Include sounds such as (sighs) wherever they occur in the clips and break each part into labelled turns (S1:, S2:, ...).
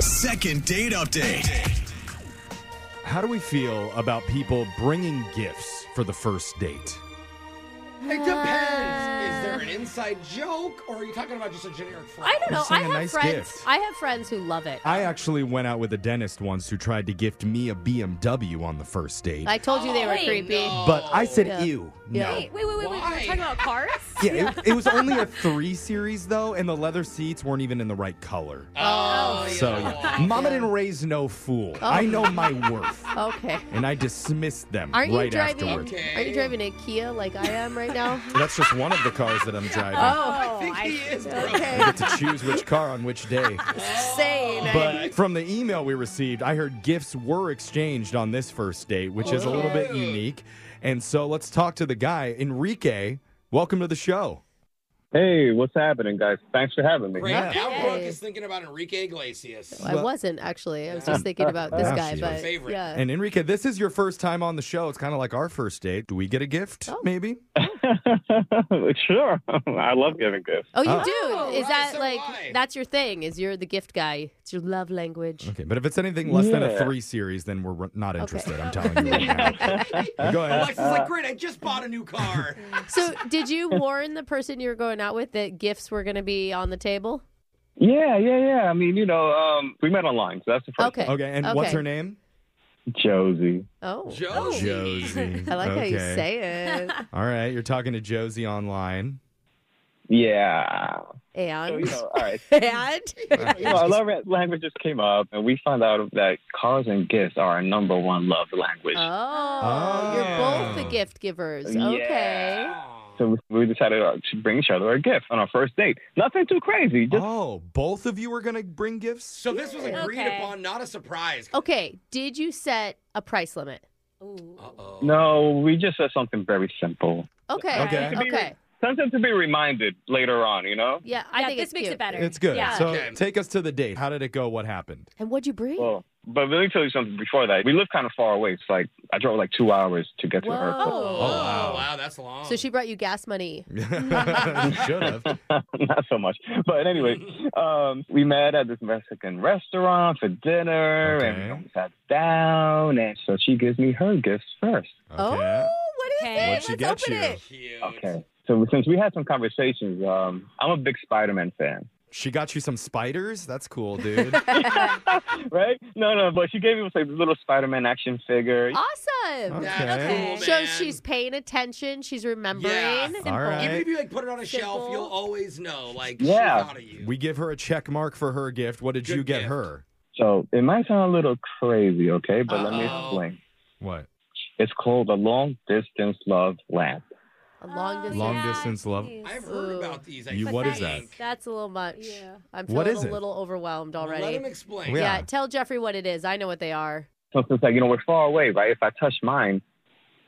S1: Second date update.
S2: How do we feel about people bringing gifts for the first date?
S3: It depends. Is there an inside joke, or are you talking about just a generic phrase?
S4: I don't know.
S2: Just
S4: I
S2: saying a
S4: have
S2: nice
S4: friends.
S2: gift.
S4: I have friends who love it.
S2: I actually went out with a dentist once who tried to gift me a BMW on the first date.
S4: I told you they were
S5: Oh,
S4: creepy.
S2: but I said,
S4: Yeah.
S2: ew,
S4: Yeah.
S2: no.
S5: Wait, wait, wait, wait. wait.
S3: Why?
S5: We're talking about cars?
S2: Yeah, it, it was only a three series though, and the leather seats weren't even in the right color.
S3: Oh,
S2: so yeah. Mama didn't raise no fool.
S4: Oh.
S2: I know my worth.
S4: Okay.
S2: And I dismissed them
S4: Aren't
S2: right
S4: you driving?
S2: afterward.
S3: Okay.
S4: Are you driving a Kia like I am right now? Oh.
S2: That's just one of the cars that I'm driving.
S3: I think he is, bro.
S2: I get to choose which car on which day.
S4: Insane. (laughs)
S2: But from the email we received, I heard gifts were exchanged on this first date, which is a little
S4: Oh.
S2: bit unique. And so let's talk to the guy, Enrique. Welcome to the show.
S6: Hey, what's happening, guys? Thanks for having me.
S3: Great.
S2: Yeah.
S3: Now Brooke
S4: Yay.
S3: is thinking about Enrique Iglesias.
S4: I wasn't actually. I was just thinking about this
S2: Yeah,
S4: guy,
S2: she's
S3: your
S4: but
S3: favorite.
S4: yeah.
S2: And Enrique, this is your first time on the show. It's kind of like our first date. Do we get a gift,
S4: Oh.
S2: maybe?
S6: (laughs) sure. (laughs) I love giving
S4: (laughs)
S6: gifts.
S4: oh, you
S2: Oh.
S4: do. Is
S3: right,
S4: that
S3: so
S4: like
S3: why?
S4: that's your thing? Is you're the gift guy? It's your
S2: (laughs)
S4: love language.
S2: Okay, but if it's anything less than a
S6: Yeah.
S2: three series, then we're r- not interested. I'm telling you right
S4: (laughs)
S2: now. Go ahead.
S3: Alexa's like, great, I just bought a new car.
S4: So, did you warn the person you were going out with that gifts were going to be on the table?
S6: Yeah, yeah, yeah. I mean, you know, um, we met online, so that's the first.
S4: Okay.
S2: Okay, and what's her name?
S6: thing. Josie.
S4: Oh,
S3: Josie.
S2: Josie.
S4: (laughs) I like how you
S2: Okay.
S4: say it.
S2: All right, you're talking to Josie online.
S6: Yeah. So, you
S4: And
S6: know, all
S4: (laughs)
S6: right.
S4: and
S6: You know, our love language just came up, and we found out that cars and gifts are our number one love language.
S4: oh,
S2: Oh.
S4: you're both the gift givers. Okay.
S6: So we decided uh, to bring each other a gift on our first date. Nothing too crazy. Just
S2: Oh, both of you are going to bring gifts?
S3: So this was agreed
S5: Okay.
S3: upon, not a surprise.
S4: Okay. Did you set a price limit?
S5: Ooh.
S4: Oh.
S3: Uh-oh.
S6: no, we just said something very simple.
S4: Okay.
S2: Okay.
S4: Okay.
S6: Something to be reminded later on, you know.
S4: Yeah, I
S5: yeah,
S4: think
S5: this
S4: it's
S5: makes
S4: cute.
S5: it better.
S2: It's good.
S5: Yeah.
S2: So
S3: Okay.
S2: take us to the date. How did it go? What happened? (laughs)
S4: And what'd you bring?
S6: Well, but let me tell you something before that. We live kind of far away. It's like I drove like two hours to get to her.
S4: Whoa. Oh.
S3: Oh,
S2: wow.
S3: wow. that's long.
S4: So she brought you gas money.
S2: Should
S5: (laughs)
S2: have.
S6: (laughs) Not so much. But anyway, um, we met at this Mexican restaurant for dinner and
S2: Okay.
S6: we sat down. And so she gives me her gifts first.
S2: Okay.
S4: Oh, what is
S5: Okay.
S4: it?
S2: What'd she
S4: Let's
S2: get
S4: open
S2: you?
S4: it.
S3: Cute.
S6: Okay. So since we had some conversations, um, I'm a big Spider Man fan,
S2: She got you some spiders? That's cool,
S5: (laughs)
S2: dude.
S6: right? No, no, but she gave me like this little Spider Man action figure.
S4: Awesome.
S2: Okay.
S3: That's
S5: Okay.
S3: cool, man.
S4: Shows she's paying attention. She's remembering.
S3: Yeah.
S2: All right.
S3: Even if you like put it on a shelf,
S4: Simple.
S3: you'll always know. Like,
S6: Yeah.
S3: she thought of you.
S2: we give her a check mark for her gift. What did
S3: Good
S2: you get
S3: gift.
S2: her?
S6: So it might sound a little crazy, okay? But let me
S3: Uh-oh.
S6: explain.
S2: What?
S6: It's called a long distance love lamp.
S4: A Oh, long distance.
S2: Long distance love.
S3: I've heard
S4: Ooh.
S3: about these. I
S2: You-
S3: think.
S2: what is
S3: that?
S4: That's a little much.
S5: Yeah.
S4: I'm feeling
S2: What is
S4: a
S2: it?
S4: little overwhelmed
S3: Let him
S4: already.
S3: explain.
S2: Yeah.
S4: yeah, tell Jeffrey what it is. I know what they are.
S6: So it's like, you know, we're far away, right? If I touch mine,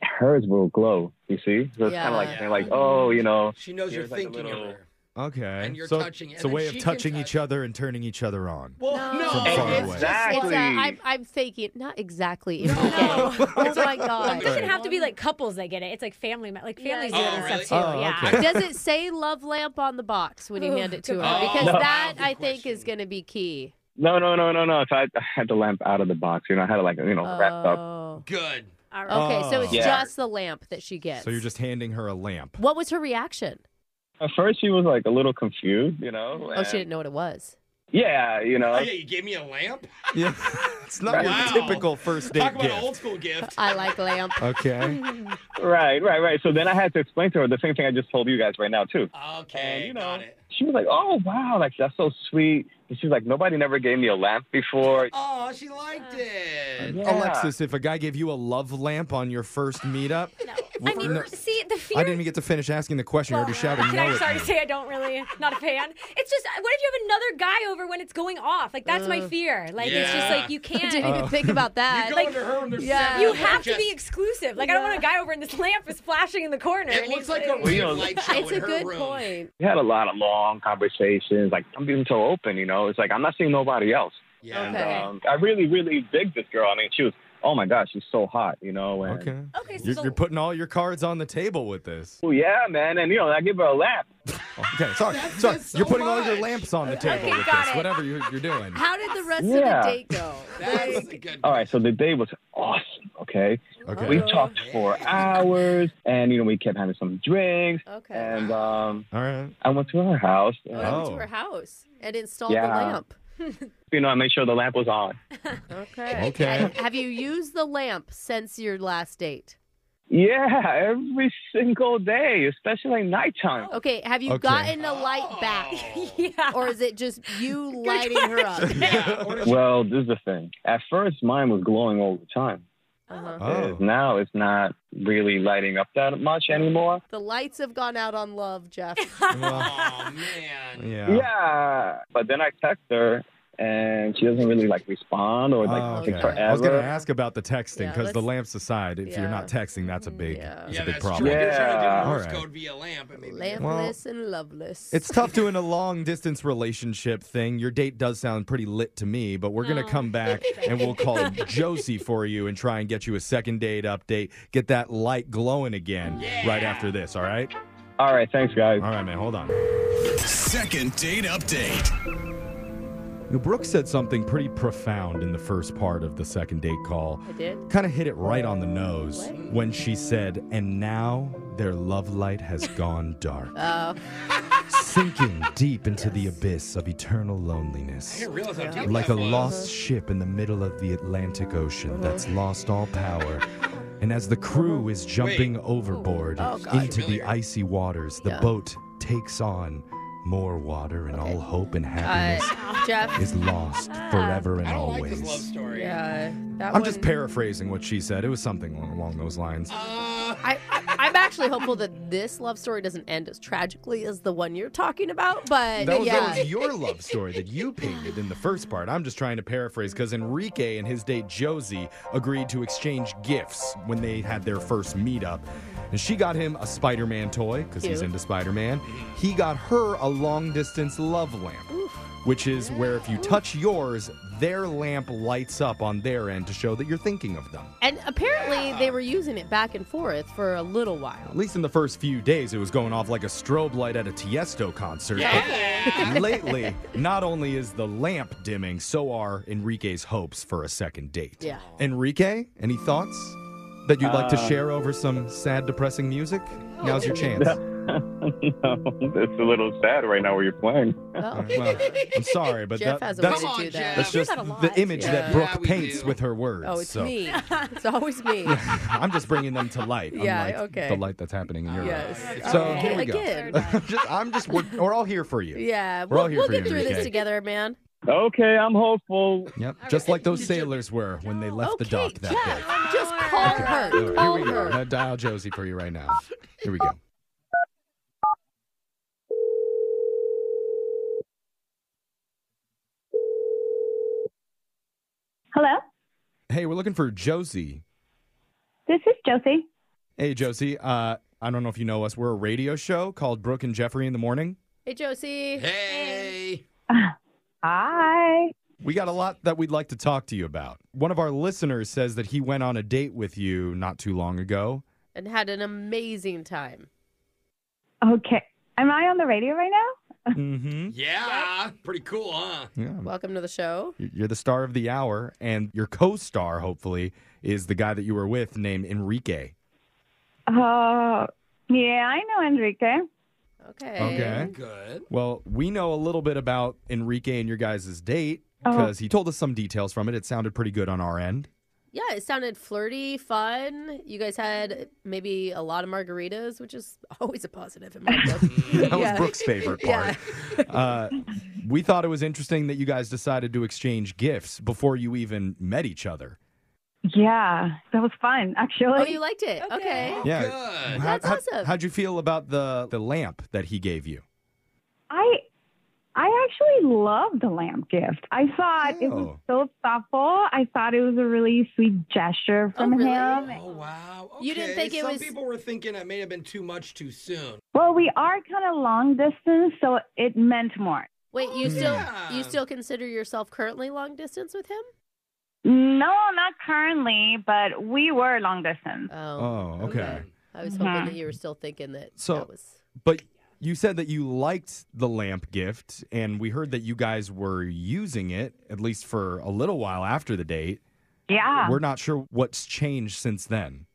S6: hers will glow, you see? So it's
S4: Yeah.
S6: kind of like
S3: Yeah.
S6: saying, like, oh, you know,
S3: She knows you're
S6: Here's, like, a
S3: thinking
S6: little-
S3: of her.
S2: Okay.
S3: And you're
S2: so
S3: touching it,
S2: It's a
S3: and
S2: way
S3: then
S2: of
S3: she can
S2: touching
S3: touch
S2: each other and turning each other on.
S3: Well, no.
S2: From far
S3: it's
S2: away.
S3: just-
S4: It's
S6: Exactly.
S4: a, I'm, I'm faking, not exactly.
S5: (laughs)
S3: No.
S4: oh my god!
S5: It doesn't have to be like couples that get it. It's like family, like
S4: Yeah,
S5: families
S4: yeah.
S5: do it
S3: Oh,
S5: and
S3: really?
S5: stuff too.
S2: Oh,
S5: yeah.
S2: okay.
S4: (laughs) Does it say "love lamp" on the box when you
S5: Ooh,
S4: hand it to
S5: good
S4: her?
S3: call.
S4: Because
S3: No.
S4: that
S3: Good
S4: I think
S3: question.
S4: is going to be key.
S6: no, no, no, no, no. So I, I had the lamp out of the box, you know, I had it, like, you know, wrapped up.
S4: Oh.
S3: Good.
S5: All right.
S4: Okay, so it's
S6: Yeah.
S4: just the lamp that she gets.
S2: So you're just handing her a lamp. (laughs)
S5: (laughs)
S4: What was her reaction?
S6: At first, she was like a little confused, you know?
S4: Oh, she
S6: and-
S4: didn't know what it was.
S6: Yeah, you know.
S3: Oh, yeah, you gave me a lamp?
S2: Yeah. it's not
S3: Wow.
S2: your typical first date
S3: Talk about an
S2: gift.
S3: old school gift.
S4: I like lamp.
S2: (laughs) Uh,
S5: (laughs)
S2: okay.
S6: Right, right, right. So then I had to explain to her the same thing I just told you guys right now, too.
S3: Okay,
S6: And, you know,
S3: got it.
S6: She was like, oh, wow, like, that's so sweet. And she's like, nobody never gave me a lamp before.
S3: Oh, she liked it.
S6: Yeah.
S2: Alexis, if a guy gave you a love lamp on your first meetup,
S5: I mean,
S2: No.
S5: see, the fear.
S2: I didn't even get to finish asking the question. You're already shouting
S5: (laughs) Can
S2: no.
S5: I
S2: at
S5: sorry
S2: me.
S5: to say I don't really not a fan. It's just what if you have another guy over when it's going off? Like that's my fear. Like it's just like
S4: I
S5: you can't.
S4: (laughs) (laughs) didn't even think about
S3: You
S4: that.
S3: go into her and there's
S4: yeah.
S3: seven
S5: you
S3: of them,
S5: have to
S3: just-
S5: be exclusive. Like I don't want a guy over and this lamp is flashing in the corner.
S3: It
S5: and
S3: looks
S5: he's
S3: like a
S6: Well, you
S3: real
S6: know,
S3: light show
S4: it's
S3: in
S4: a
S3: her
S4: good
S3: room.
S4: point.
S6: we had a lot of long conversations. Like I'm being so open, you know. It's like I'm not seeing nobody else.
S3: Yeah.
S6: And
S4: Okay.
S6: um, I really, really dig this girl. I mean, she was oh my gosh, she's so hot, you know. And,
S2: Okay.
S5: Okay, so,
S2: You're, you're putting all your cards on the table with
S6: (laughs)
S2: this.
S6: Oh yeah, man. And you know, I give her a lap.
S2: Okay, sorry.
S3: That's
S2: sorry.
S3: just so
S2: you're putting all your
S3: much.
S2: lamps on the table
S5: Okay,
S2: with
S5: got
S2: this,
S4: (laughs)
S5: it.
S2: whatever you're, you're doing.
S4: How did the rest
S6: Yeah.
S4: of the date go?
S6: (laughs)
S3: That's a good.
S6: All right, so the day was awesome, okay?
S2: Okay.
S6: We talked for hours and, you know, we kept having some drinks.
S4: Okay.
S6: And um,
S2: All right.
S6: I went to her house.
S4: oh,
S6: And,
S4: I went
S2: Oh.
S4: to her house and installed
S6: Yeah.
S4: the lamp.
S6: You know, I made sure the lamp was on.
S4: Okay.
S2: Okay.
S4: (laughs) Have you used the lamp since your last date?
S6: Yeah, every single day, especially nighttime.
S4: Okay. Have you
S2: Okay.
S4: gotten a light back? (laughs)
S5: (laughs) yeah.
S4: Or is it just you lighting her up?
S6: (laughs)
S2: Oh,
S3: Yeah, or did you-
S6: Well, this is the thing. At first, mine was glowing all the time.
S4: (laughs) Uh-huh.
S2: Oh.
S6: Now it's not really lighting up that much anymore.
S4: The lights have gone out on love, (laughs) Jeff.
S2: Well,
S3: Aw, man.
S2: yeah.
S6: Yeah. But then I text her and she doesn't really like respond or like
S2: Oh,
S6: take
S2: okay.
S6: forever.
S2: I was going to ask about the texting
S4: Yeah,
S2: because the
S4: let's-
S2: lamps aside, if you're
S4: Yeah.
S2: not texting, that's a big,
S4: Yeah.
S2: that's
S3: yeah,
S2: a big
S3: that's
S2: problem.
S3: true. They're trying to
S6: Yeah.
S3: do Morse
S2: All right.
S3: code via lamp. I mean,
S4: Lampless and loveless.
S2: It's tough doing a long distance relationship thing. Your date does sound pretty lit to me, but we're going to
S5: Oh.
S2: come back and we'll call
S4: (laughs)
S2: Josie for you and try and get you a second date update. Get that light glowing again right after this, all right?
S6: All right, thanks, guys.
S2: All right, man, hold on.
S1: Second date update.
S2: Now, Brooke said something pretty profound in the first part of the second date call.
S4: I did.
S2: Kind of hit it right on the nose
S4: What?
S2: when she said, and now their love light has gone dark,
S4: Uh,
S2: sinking deep into the abyss of eternal loneliness.
S3: I didn't realize how deep
S2: like a
S3: that was.
S2: lost ship in the middle of the Atlantic Ocean
S3: Uh-huh.
S2: that's lost all power. And as the crew is jumping overboard
S4: Oh, God.
S2: into the
S3: Familiar.
S2: icy waters, the
S4: Yeah.
S2: boat takes on more water, and all hope and happiness
S4: (laughs) uh, Jeff.
S2: is lost forever and
S3: Ah. I don't like
S2: always.
S3: this love story.
S4: Yeah, that
S2: I'm just
S4: one-
S2: paraphrasing what she said. It was something along- along those lines.
S3: Uh,
S4: I, I, I'm actually hopeful that this love story doesn't end as tragically as the one you're talking about, but
S2: That was,
S4: yeah.
S2: that was your love story that you painted in the first part. I'm just trying to paraphrase because Enrique and his date Josie agreed to exchange gifts when they had their first meetup. And she got him a Spider Man toy because he's
S4: Cute.
S2: into Spider Man. He got her a long distance love lamp, which is where if you touch yours, their lamp lights up on their end to show that you're thinking of them.
S4: and apparently they were using it back and forth for a little while.
S2: At least in the first few days, it was going off like a strobe light at a Tiesto concert. (laughs) But lately, not only is the lamp dimming, so are Enrique's hopes for a second date.
S4: Yeah.
S2: Enrique, any thoughts that you'd like to
S6: Uh,
S2: share over some sad, depressing music? Now's your chance. Uh-huh.
S6: (laughs) it's a little sad right now where you're playing.
S4: Oh.
S2: Uh, Well, I'm sorry, but
S4: Jeff
S2: that-
S4: has a way
S2: that's,
S4: to
S3: Come on,
S4: do that.
S3: Jeff.
S2: that's
S5: We do
S2: just
S5: that a
S2: the
S5: lot.
S2: image that
S4: Yeah.
S2: Brooke
S3: Yeah, we
S2: paints
S3: do.
S2: with her words.
S4: Oh, it's
S2: so
S4: me. (laughs) It's always me.
S2: (laughs) I'm just bringing them to light.
S4: Yeah,
S2: unlike
S4: okay.
S2: The light that's happening in your life.
S4: yes.
S2: So
S4: Okay.
S2: here we go.
S4: Again.
S2: (laughs) just, I'm just we're, we're all here for you.
S4: Yeah,
S2: We're all
S4: we'll,
S2: here
S4: we'll
S2: for
S4: get
S2: you,
S4: through
S2: Enrique.
S4: this together, man.
S6: Okay, I'm hopeful.
S2: Yep, just like those sailors were when they left the
S4: Oh, okay,
S2: dock that
S4: Jeff,
S2: day.
S4: just call her.
S2: All right,
S4: Call
S2: here we go.
S4: her.
S2: I'm gonna dial Josie for you right now. Here we go.
S7: Hello,
S2: Hey, we're looking for Josie.
S7: this is Josie.
S2: Hey, Josie. Uh, I don't know if you know us. We're a radio show called Brooke and Jeffrey in the Morning.
S4: Hey, Josie.
S3: hey.
S7: Hi.
S2: We got a lot that we'd like to talk to you about. One of our listeners says that he went on a date with you not too long ago.
S4: And had an amazing time.
S7: Okay, am I on the radio right now?
S2: Mm-hmm.
S3: Yeah. Pretty cool, huh?
S2: Yeah.
S4: Welcome to the show.
S2: You're the star of the hour, and your co-star, hopefully, is the guy that you were with named Enrique.
S7: Oh, yeah, I know Enrique.
S4: Okay.
S3: Good.
S2: Well, we know a little bit about Enrique and your guys' date
S4: Uh-huh.
S2: because he told us some details from it. It sounded pretty good on our end. (laughs)
S4: Yeah, it sounded flirty, fun. You guys had maybe a lot of margaritas, which is always a positive in my book.
S2: (laughs) That was
S4: Yeah.
S2: Brooke's favorite part. Uh, we thought it was interesting that you guys decided to exchange gifts before you even met each other.
S7: Yeah, that was fun,
S4: Oh,
S7: actually.
S4: you liked it.
S5: Okay.
S4: Okay.
S2: Yeah.
S3: Good.
S2: How-
S4: That's
S2: how-
S4: awesome.
S2: How'd you feel about the, the lamp that he gave you?
S7: I, I actually loved the lamp gift. I thought it was
S2: Oh.
S7: so thoughtful. I thought it was a really sweet gesture from
S4: Oh, really?
S7: him.
S3: Oh wow. Okay.
S4: You didn't think it
S3: Some
S4: was-
S3: people were thinking it may have been too much too soon.
S7: Well, we are kind of long distance, so it meant more.
S4: Wait, you still
S3: Yeah.
S4: you still consider yourself currently long distance with him?
S7: No, not currently, but we were long distance.
S4: Oh,
S2: Oh, okay.
S4: I was hoping
S7: Mhm.
S4: that you were still thinking that
S2: So-
S4: that was
S2: But You said that you liked the lamp gift, and we heard that you guys were using it, at least for a little while after the date.
S7: Yeah.
S2: We're not sure what's changed since then.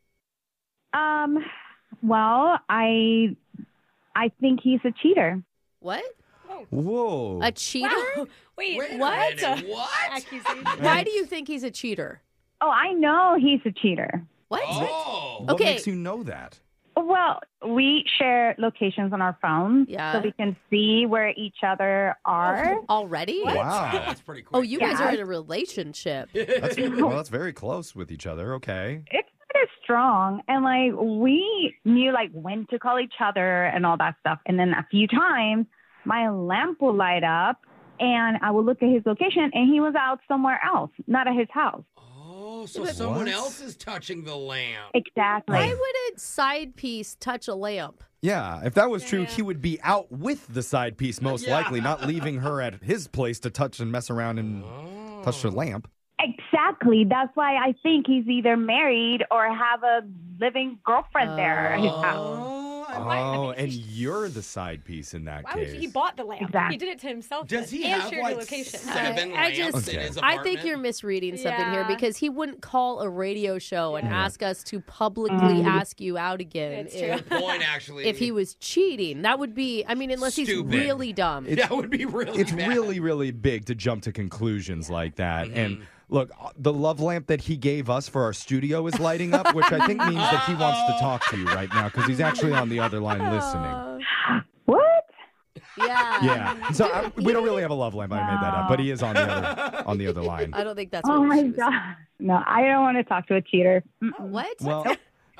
S7: Um, well, I I think he's a cheater.
S4: What?
S2: Whoa.
S4: A cheater?
S5: Wow. Wait,
S3: Wait a
S4: What?
S3: minute, What?
S5: Accusation.
S4: Why do you think he's a cheater?
S7: Oh, I know he's a cheater.
S4: What?
S3: Oh.
S2: what
S4: okay.
S2: makes you know that?
S7: Well, we share locations on our phones
S4: Yeah.
S7: so we can see where each other are.
S4: Already?
S2: Wow.
S3: That's pretty cool.
S4: Oh, you guys
S7: Yeah.
S4: are in a relationship.
S5: (laughs)
S2: That's, well, that's very close with each other. Okay.
S7: It's not as strong. And like we knew like when to call each other and all that stuff. And then a few times my lamp will light up and I will look at his location and he was out somewhere else, not at his house.
S3: Oh, so someone
S2: What?
S3: else is touching the lamp.
S7: Exactly.
S4: Why wouldn't side piece touch a lamp?
S2: Yeah. If that was true, he would be out with the side piece, most
S3: Yeah.
S2: likely, not leaving her at his place to touch and mess around and
S3: Oh.
S2: touch her lamp.
S7: Exactly. That's why I think he's either married or have a living girlfriend there. at his house.
S3: Oh, I-
S5: Why- I mean,
S2: Oh,
S5: he
S2: and
S5: sh-
S2: you're the side piece in that
S5: Why
S2: case.
S5: would you, he bought the lamp?
S7: Exactly.
S5: He did it to himself.
S3: Does he
S5: and
S3: have
S5: shared
S3: like
S5: the location.
S3: seven
S4: I- I
S3: lamps
S4: just-
S3: in his
S4: I
S3: apartment?
S4: think you're misreading something here
S5: Yeah.
S4: because he wouldn't call a radio show and ask us to publicly ask you out again
S5: It's true.
S4: if,
S3: Good point actually.
S4: (laughs) if he was cheating. That would be, I mean, unless
S3: Stupid.
S4: he's really dumb.
S3: that would be really.
S2: it's
S3: bad.
S2: really really big to jump to conclusions like that and look uh, the love lamp that he gave us for our studio is lighting up which i think means that he wants to talk to you right now because he's actually on the other line listening
S4: Uh,
S7: What?
S4: yeah.
S2: yeah so I, we don't really have a love lamp i made that up but he is on the other on the other
S4: (laughs)
S2: line
S4: I don't think that's
S7: Oh
S4: what
S7: my
S4: she was-
S7: god. No, I don't want to talk to a cheater. Mm-mm.
S4: What?
S2: well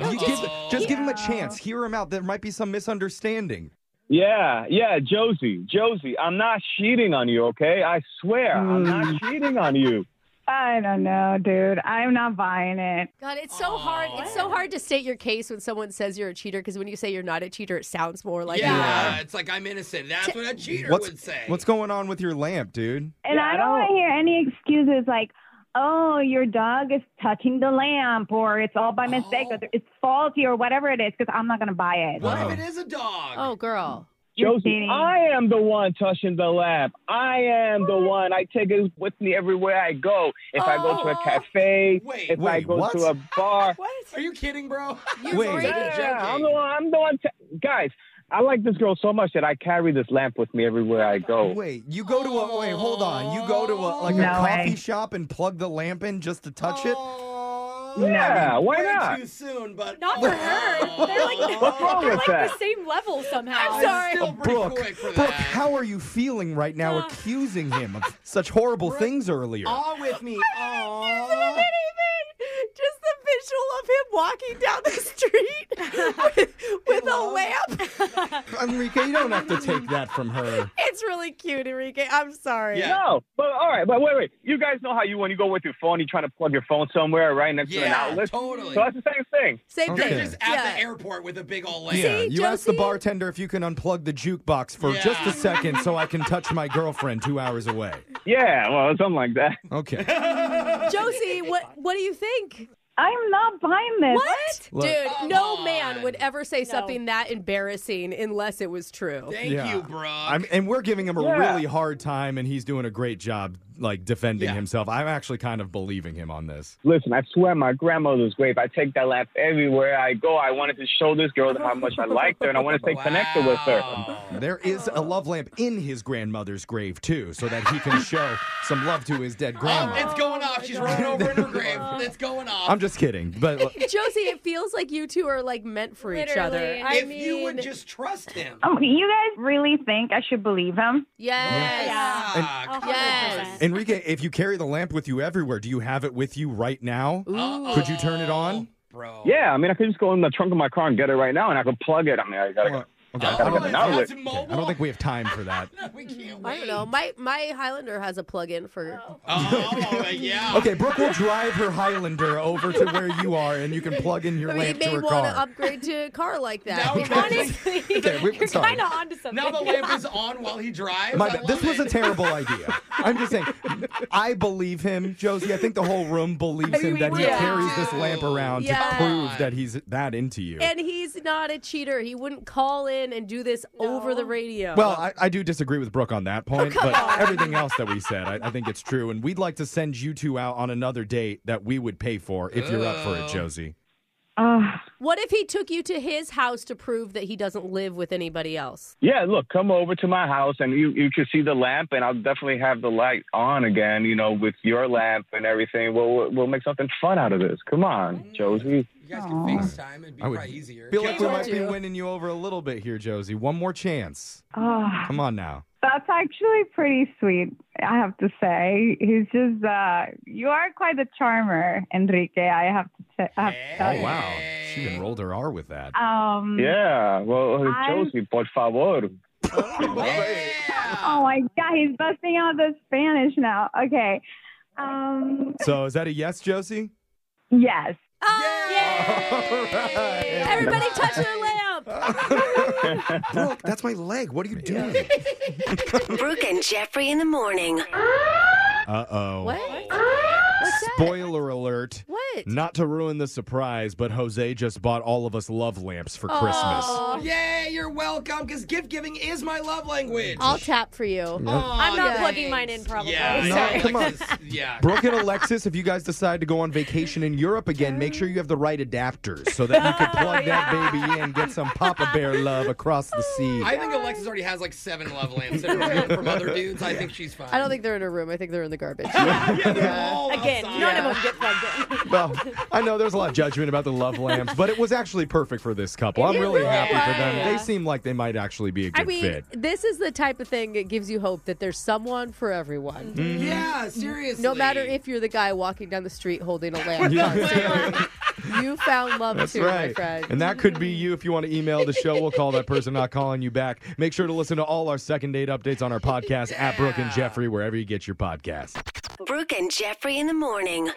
S2: you give,
S3: Uh-oh.
S2: just give him a chance
S7: Yeah.
S2: hear him out there might be some misunderstanding
S6: Yeah, yeah, Josie, Josie, I'm not cheating on you, okay? I swear, I'm not cheating on you.
S7: I don't know, dude. I'm not buying it.
S4: God, it's so hard. It's so hard to state your case when someone says you're a cheater because when you say you're not a cheater, it sounds more like
S3: yeah,
S4: you are.
S3: it's like I'm innocent. That's what a cheater
S2: what's
S3: would say.
S2: what's going on with your lamp dude
S7: And
S6: Yeah,
S7: I
S6: I
S7: don't want to
S6: don't-
S7: hear any excuses like, oh, your dog is touching the lamp or it's all by mistake or it's faulty or whatever it is because I'm not going to buy it.
S3: What
S2: Wow.
S3: if it is a dog?
S4: Oh, girl.
S7: You're
S6: Josie,
S7: cheating.
S6: I am the one touching the lamp. I am the one. I take it with me everywhere I go. If I go to a cafe,
S3: Wait.
S6: if I
S2: Wait,
S6: go
S2: what?
S6: to a bar.
S5: What?
S3: Are you kidding, bro?
S4: You're
S2: Wait.
S4: already-
S6: Yeah, I'm the
S3: joking.
S6: one. I'm the one. T- Guys, I like this girl so much that I carry this lamp with me everywhere I go.
S2: Wait, you go to a wait. Hold on, you go to a like a
S7: No
S2: coffee
S7: way.
S2: shop and plug the lamp in just to touch it.
S3: Oh,
S6: Yeah, why
S3: way
S6: not?
S3: Too soon, but
S5: Not for her. They're like,
S3: (laughs)
S6: What's wrong
S5: they're
S6: with
S5: like
S6: that?
S5: the same level somehow.
S3: I'm sorry. Still pretty
S2: Brooke,
S3: quick for
S2: Brooke,
S3: that.
S2: how are you feeling right now?
S5: Ugh.
S2: accusing him
S3: (laughs)
S2: of such horrible things earlier.
S3: Uh, All with me.
S4: Anything.
S3: Oh.
S4: Just the visual of him walking down the
S5: (laughs)
S4: street with, with a lamp.
S2: Enrique, you don't have to take that from her.
S4: It's really cute, Enrique. I'm sorry.
S3: Yeah.
S6: No, but all right, but wait, wait. You guys know how you when you go with your phone, you trying to plug your phone somewhere, right next to an
S3: Yeah,
S6: outlet.
S3: totally.
S6: So that's the same thing.
S4: Same
S2: Okay.
S4: thing.
S3: Just at
S4: yeah.
S3: the airport with a big old
S2: (laughs)
S3: lamp.
S2: Yeah, you ask the
S4: Josie?
S2: bartender if you can unplug the jukebox for
S3: Yeah.
S2: just a second so I can touch my girlfriend two hours away.
S6: Yeah, well, (laughs) something like that.
S3: (laughs)
S2: Okay,
S4: Josie, what what do you think?
S7: I'm not buying this.
S4: What?
S2: Look-
S4: Dude,
S3: Come
S4: no man
S3: on.
S4: would ever say
S5: No.
S4: something that embarrassing unless it
S3: (laughs)
S4: was true.
S3: Thank
S2: Yeah.
S3: you, bro.
S2: I'm, and we're giving him a
S6: Yeah.
S2: really hard time, and he's doing a great job like defending
S3: Yeah.
S2: himself. I'm actually kind of believing him on this.
S6: Listen, I swear my grandmother's grave. I take that lamp everywhere I go. I wanted to show this girl how much I liked her and I want to stay connected with her.
S3: (laughs) Wow.
S2: There is a love lamp in his grandmother's grave too, so that he
S3: (laughs)
S2: can show some love to his dead
S3: Oh,
S2: grandma.
S3: it's going off. She's rolling
S2: (laughs)
S3: over in her grave. It's going off.
S2: I'm just kidding, but uh,
S4: Josie, it feels like you two are like meant for each other.
S5: Literally.
S4: I
S3: if
S4: mean,
S3: you would just trust him.
S5: oh,
S7: Um, you guys really think I should
S6: (sighs)
S7: believe him?
S4: yes.
S5: Yeah.
S3: Ah,
S4: Yes.
S2: Enrique, if you carry the lamp with you everywhere, do you have it with you right now?
S4: Ooh.
S2: Could you turn it on?
S3: Bro.
S6: Yeah, I mean, I could just go in the trunk of my car and get it right now, and I could plug it. I mean, I gotta.
S2: Well, okay, I,
S3: Oh,
S6: gotta
S2: don't,
S6: get
S3: it's
S6: an outlet.
S3: that's
S2: okay,
S3: mobile.
S2: I don't think we have time for that.
S3: we can't wait.
S4: I don't know. My my Highlander has a plug-in for.
S3: Oh, yeah.
S2: (laughs) Okay, Brooke will drive her Highlander over to where you are, and you can plug in your
S4: We
S2: lamp to
S4: may
S2: her
S4: want
S2: car.
S4: to upgrade to a car
S3: (laughs)
S4: like that.
S3: Now we
S4: because-
S3: can-
S5: Honestly,
S2: Okay, we-
S5: you're
S2: sorry.
S5: kind of onto something.
S3: Now the lamp is on while he drives.
S2: My
S3: I
S2: bad.
S3: love
S2: This was a
S3: it.
S2: terrible idea. I'm just saying. I believe him, Josie. I think the whole room believes him that he
S4: Yeah.
S2: carries this lamp around
S4: Yeah.
S2: to prove that he's that into you.
S4: and he's not a cheater. He wouldn't call in in and do this over the radio.
S2: Well, I, I do disagree with Brooke on that
S4: Oh,
S2: point, but everything else that we said, I, I think it's true. And we'd like to send you two out on another date that we would pay for if you're up
S4: Oh.
S2: for it, Josie.
S7: Ugh.
S4: what if he took you to his house to prove that he doesn't live with anybody else?
S6: Yeah, look, come over to my house and you you can see the lamp, and I'll definitely have the light on again. You know, with your lamp and everything. We'll we'll- we'll make something fun out of this. Come on, Josie.
S3: You guys
S7: Aw.
S3: can FaceTime. It'd be
S2: I would
S3: probably easier.
S2: Feel like we
S4: Can't
S2: might be
S4: do.
S2: winning you over a little bit here, Josie. One more chance.
S6: Oh,
S7: Ugh.
S2: Come on now.
S7: That's actually pretty sweet, I have to say. He's just, uh, you are quite a charmer, Enrique, I have to, t- I have to tell
S2: Oh
S7: you.
S2: wow, she even rolled her R with that.
S7: Um,
S6: Yeah. Well,
S7: I'm-
S6: Josie, por favor.
S7: Oh my God, he's busting out the Spanish now. Okay. Um,
S2: So is that a yes, Josie?
S7: yes.
S5: Um,
S4: Everybody touch their lamp.
S8: Brooke, that's my leg. What are
S4: (laughs)
S8: you doing?
S9: Brooke and Jeffrey in the morning.
S2: Uh oh.
S4: What?
S2: Spoiler alert.
S4: What?
S2: Not to ruin the surprise, but Jose just bought all of us love lamps for Christmas.
S4: Oh.
S3: Yay, you're welcome, because gift giving is my love language.
S4: I'll tap for you.
S5: I'm not
S4: yeah.
S5: plugging mine in, probably.
S3: Yeah,
S5: Sorry.
S3: yeah,
S2: come on.
S3: this- Yeah.
S2: Brooke and Alexis, if you guys decide to go on vacation in Europe again, make sure you have the right adapters so that you can plug that baby in, get some Papa Bear love across the sea.
S3: I think Alexis already has like seven love lamps in her room from other dudes. I think she's fine.
S4: I don't think they're in a room. I think they're in the (laughs) garbage.
S3: yeah, they're all
S5: Again,
S3: outside.
S5: none of them get plugged in.
S2: Well, I know there's a lot of judgment about the love lamps, but it was actually perfect for this couple. I'm really happy for them. They seem like they might actually be a good
S4: I mean,
S2: fit.
S4: this is the type of thing that gives you hope that there's someone for everyone.
S3: Yeah, seriously.
S4: No matter if you're the guy walking down the street holding (laughs) a lamp. constantly, you found love
S2: That's
S4: too, my
S2: right.
S4: friend.
S2: And that could be you if you want to email the show. We'll call that person not calling you back. Make sure to listen to all our second date updates on our podcast at Brooke and Jeffrey, wherever you get your podcast.
S9: Brooke and Jeffrey in the morning.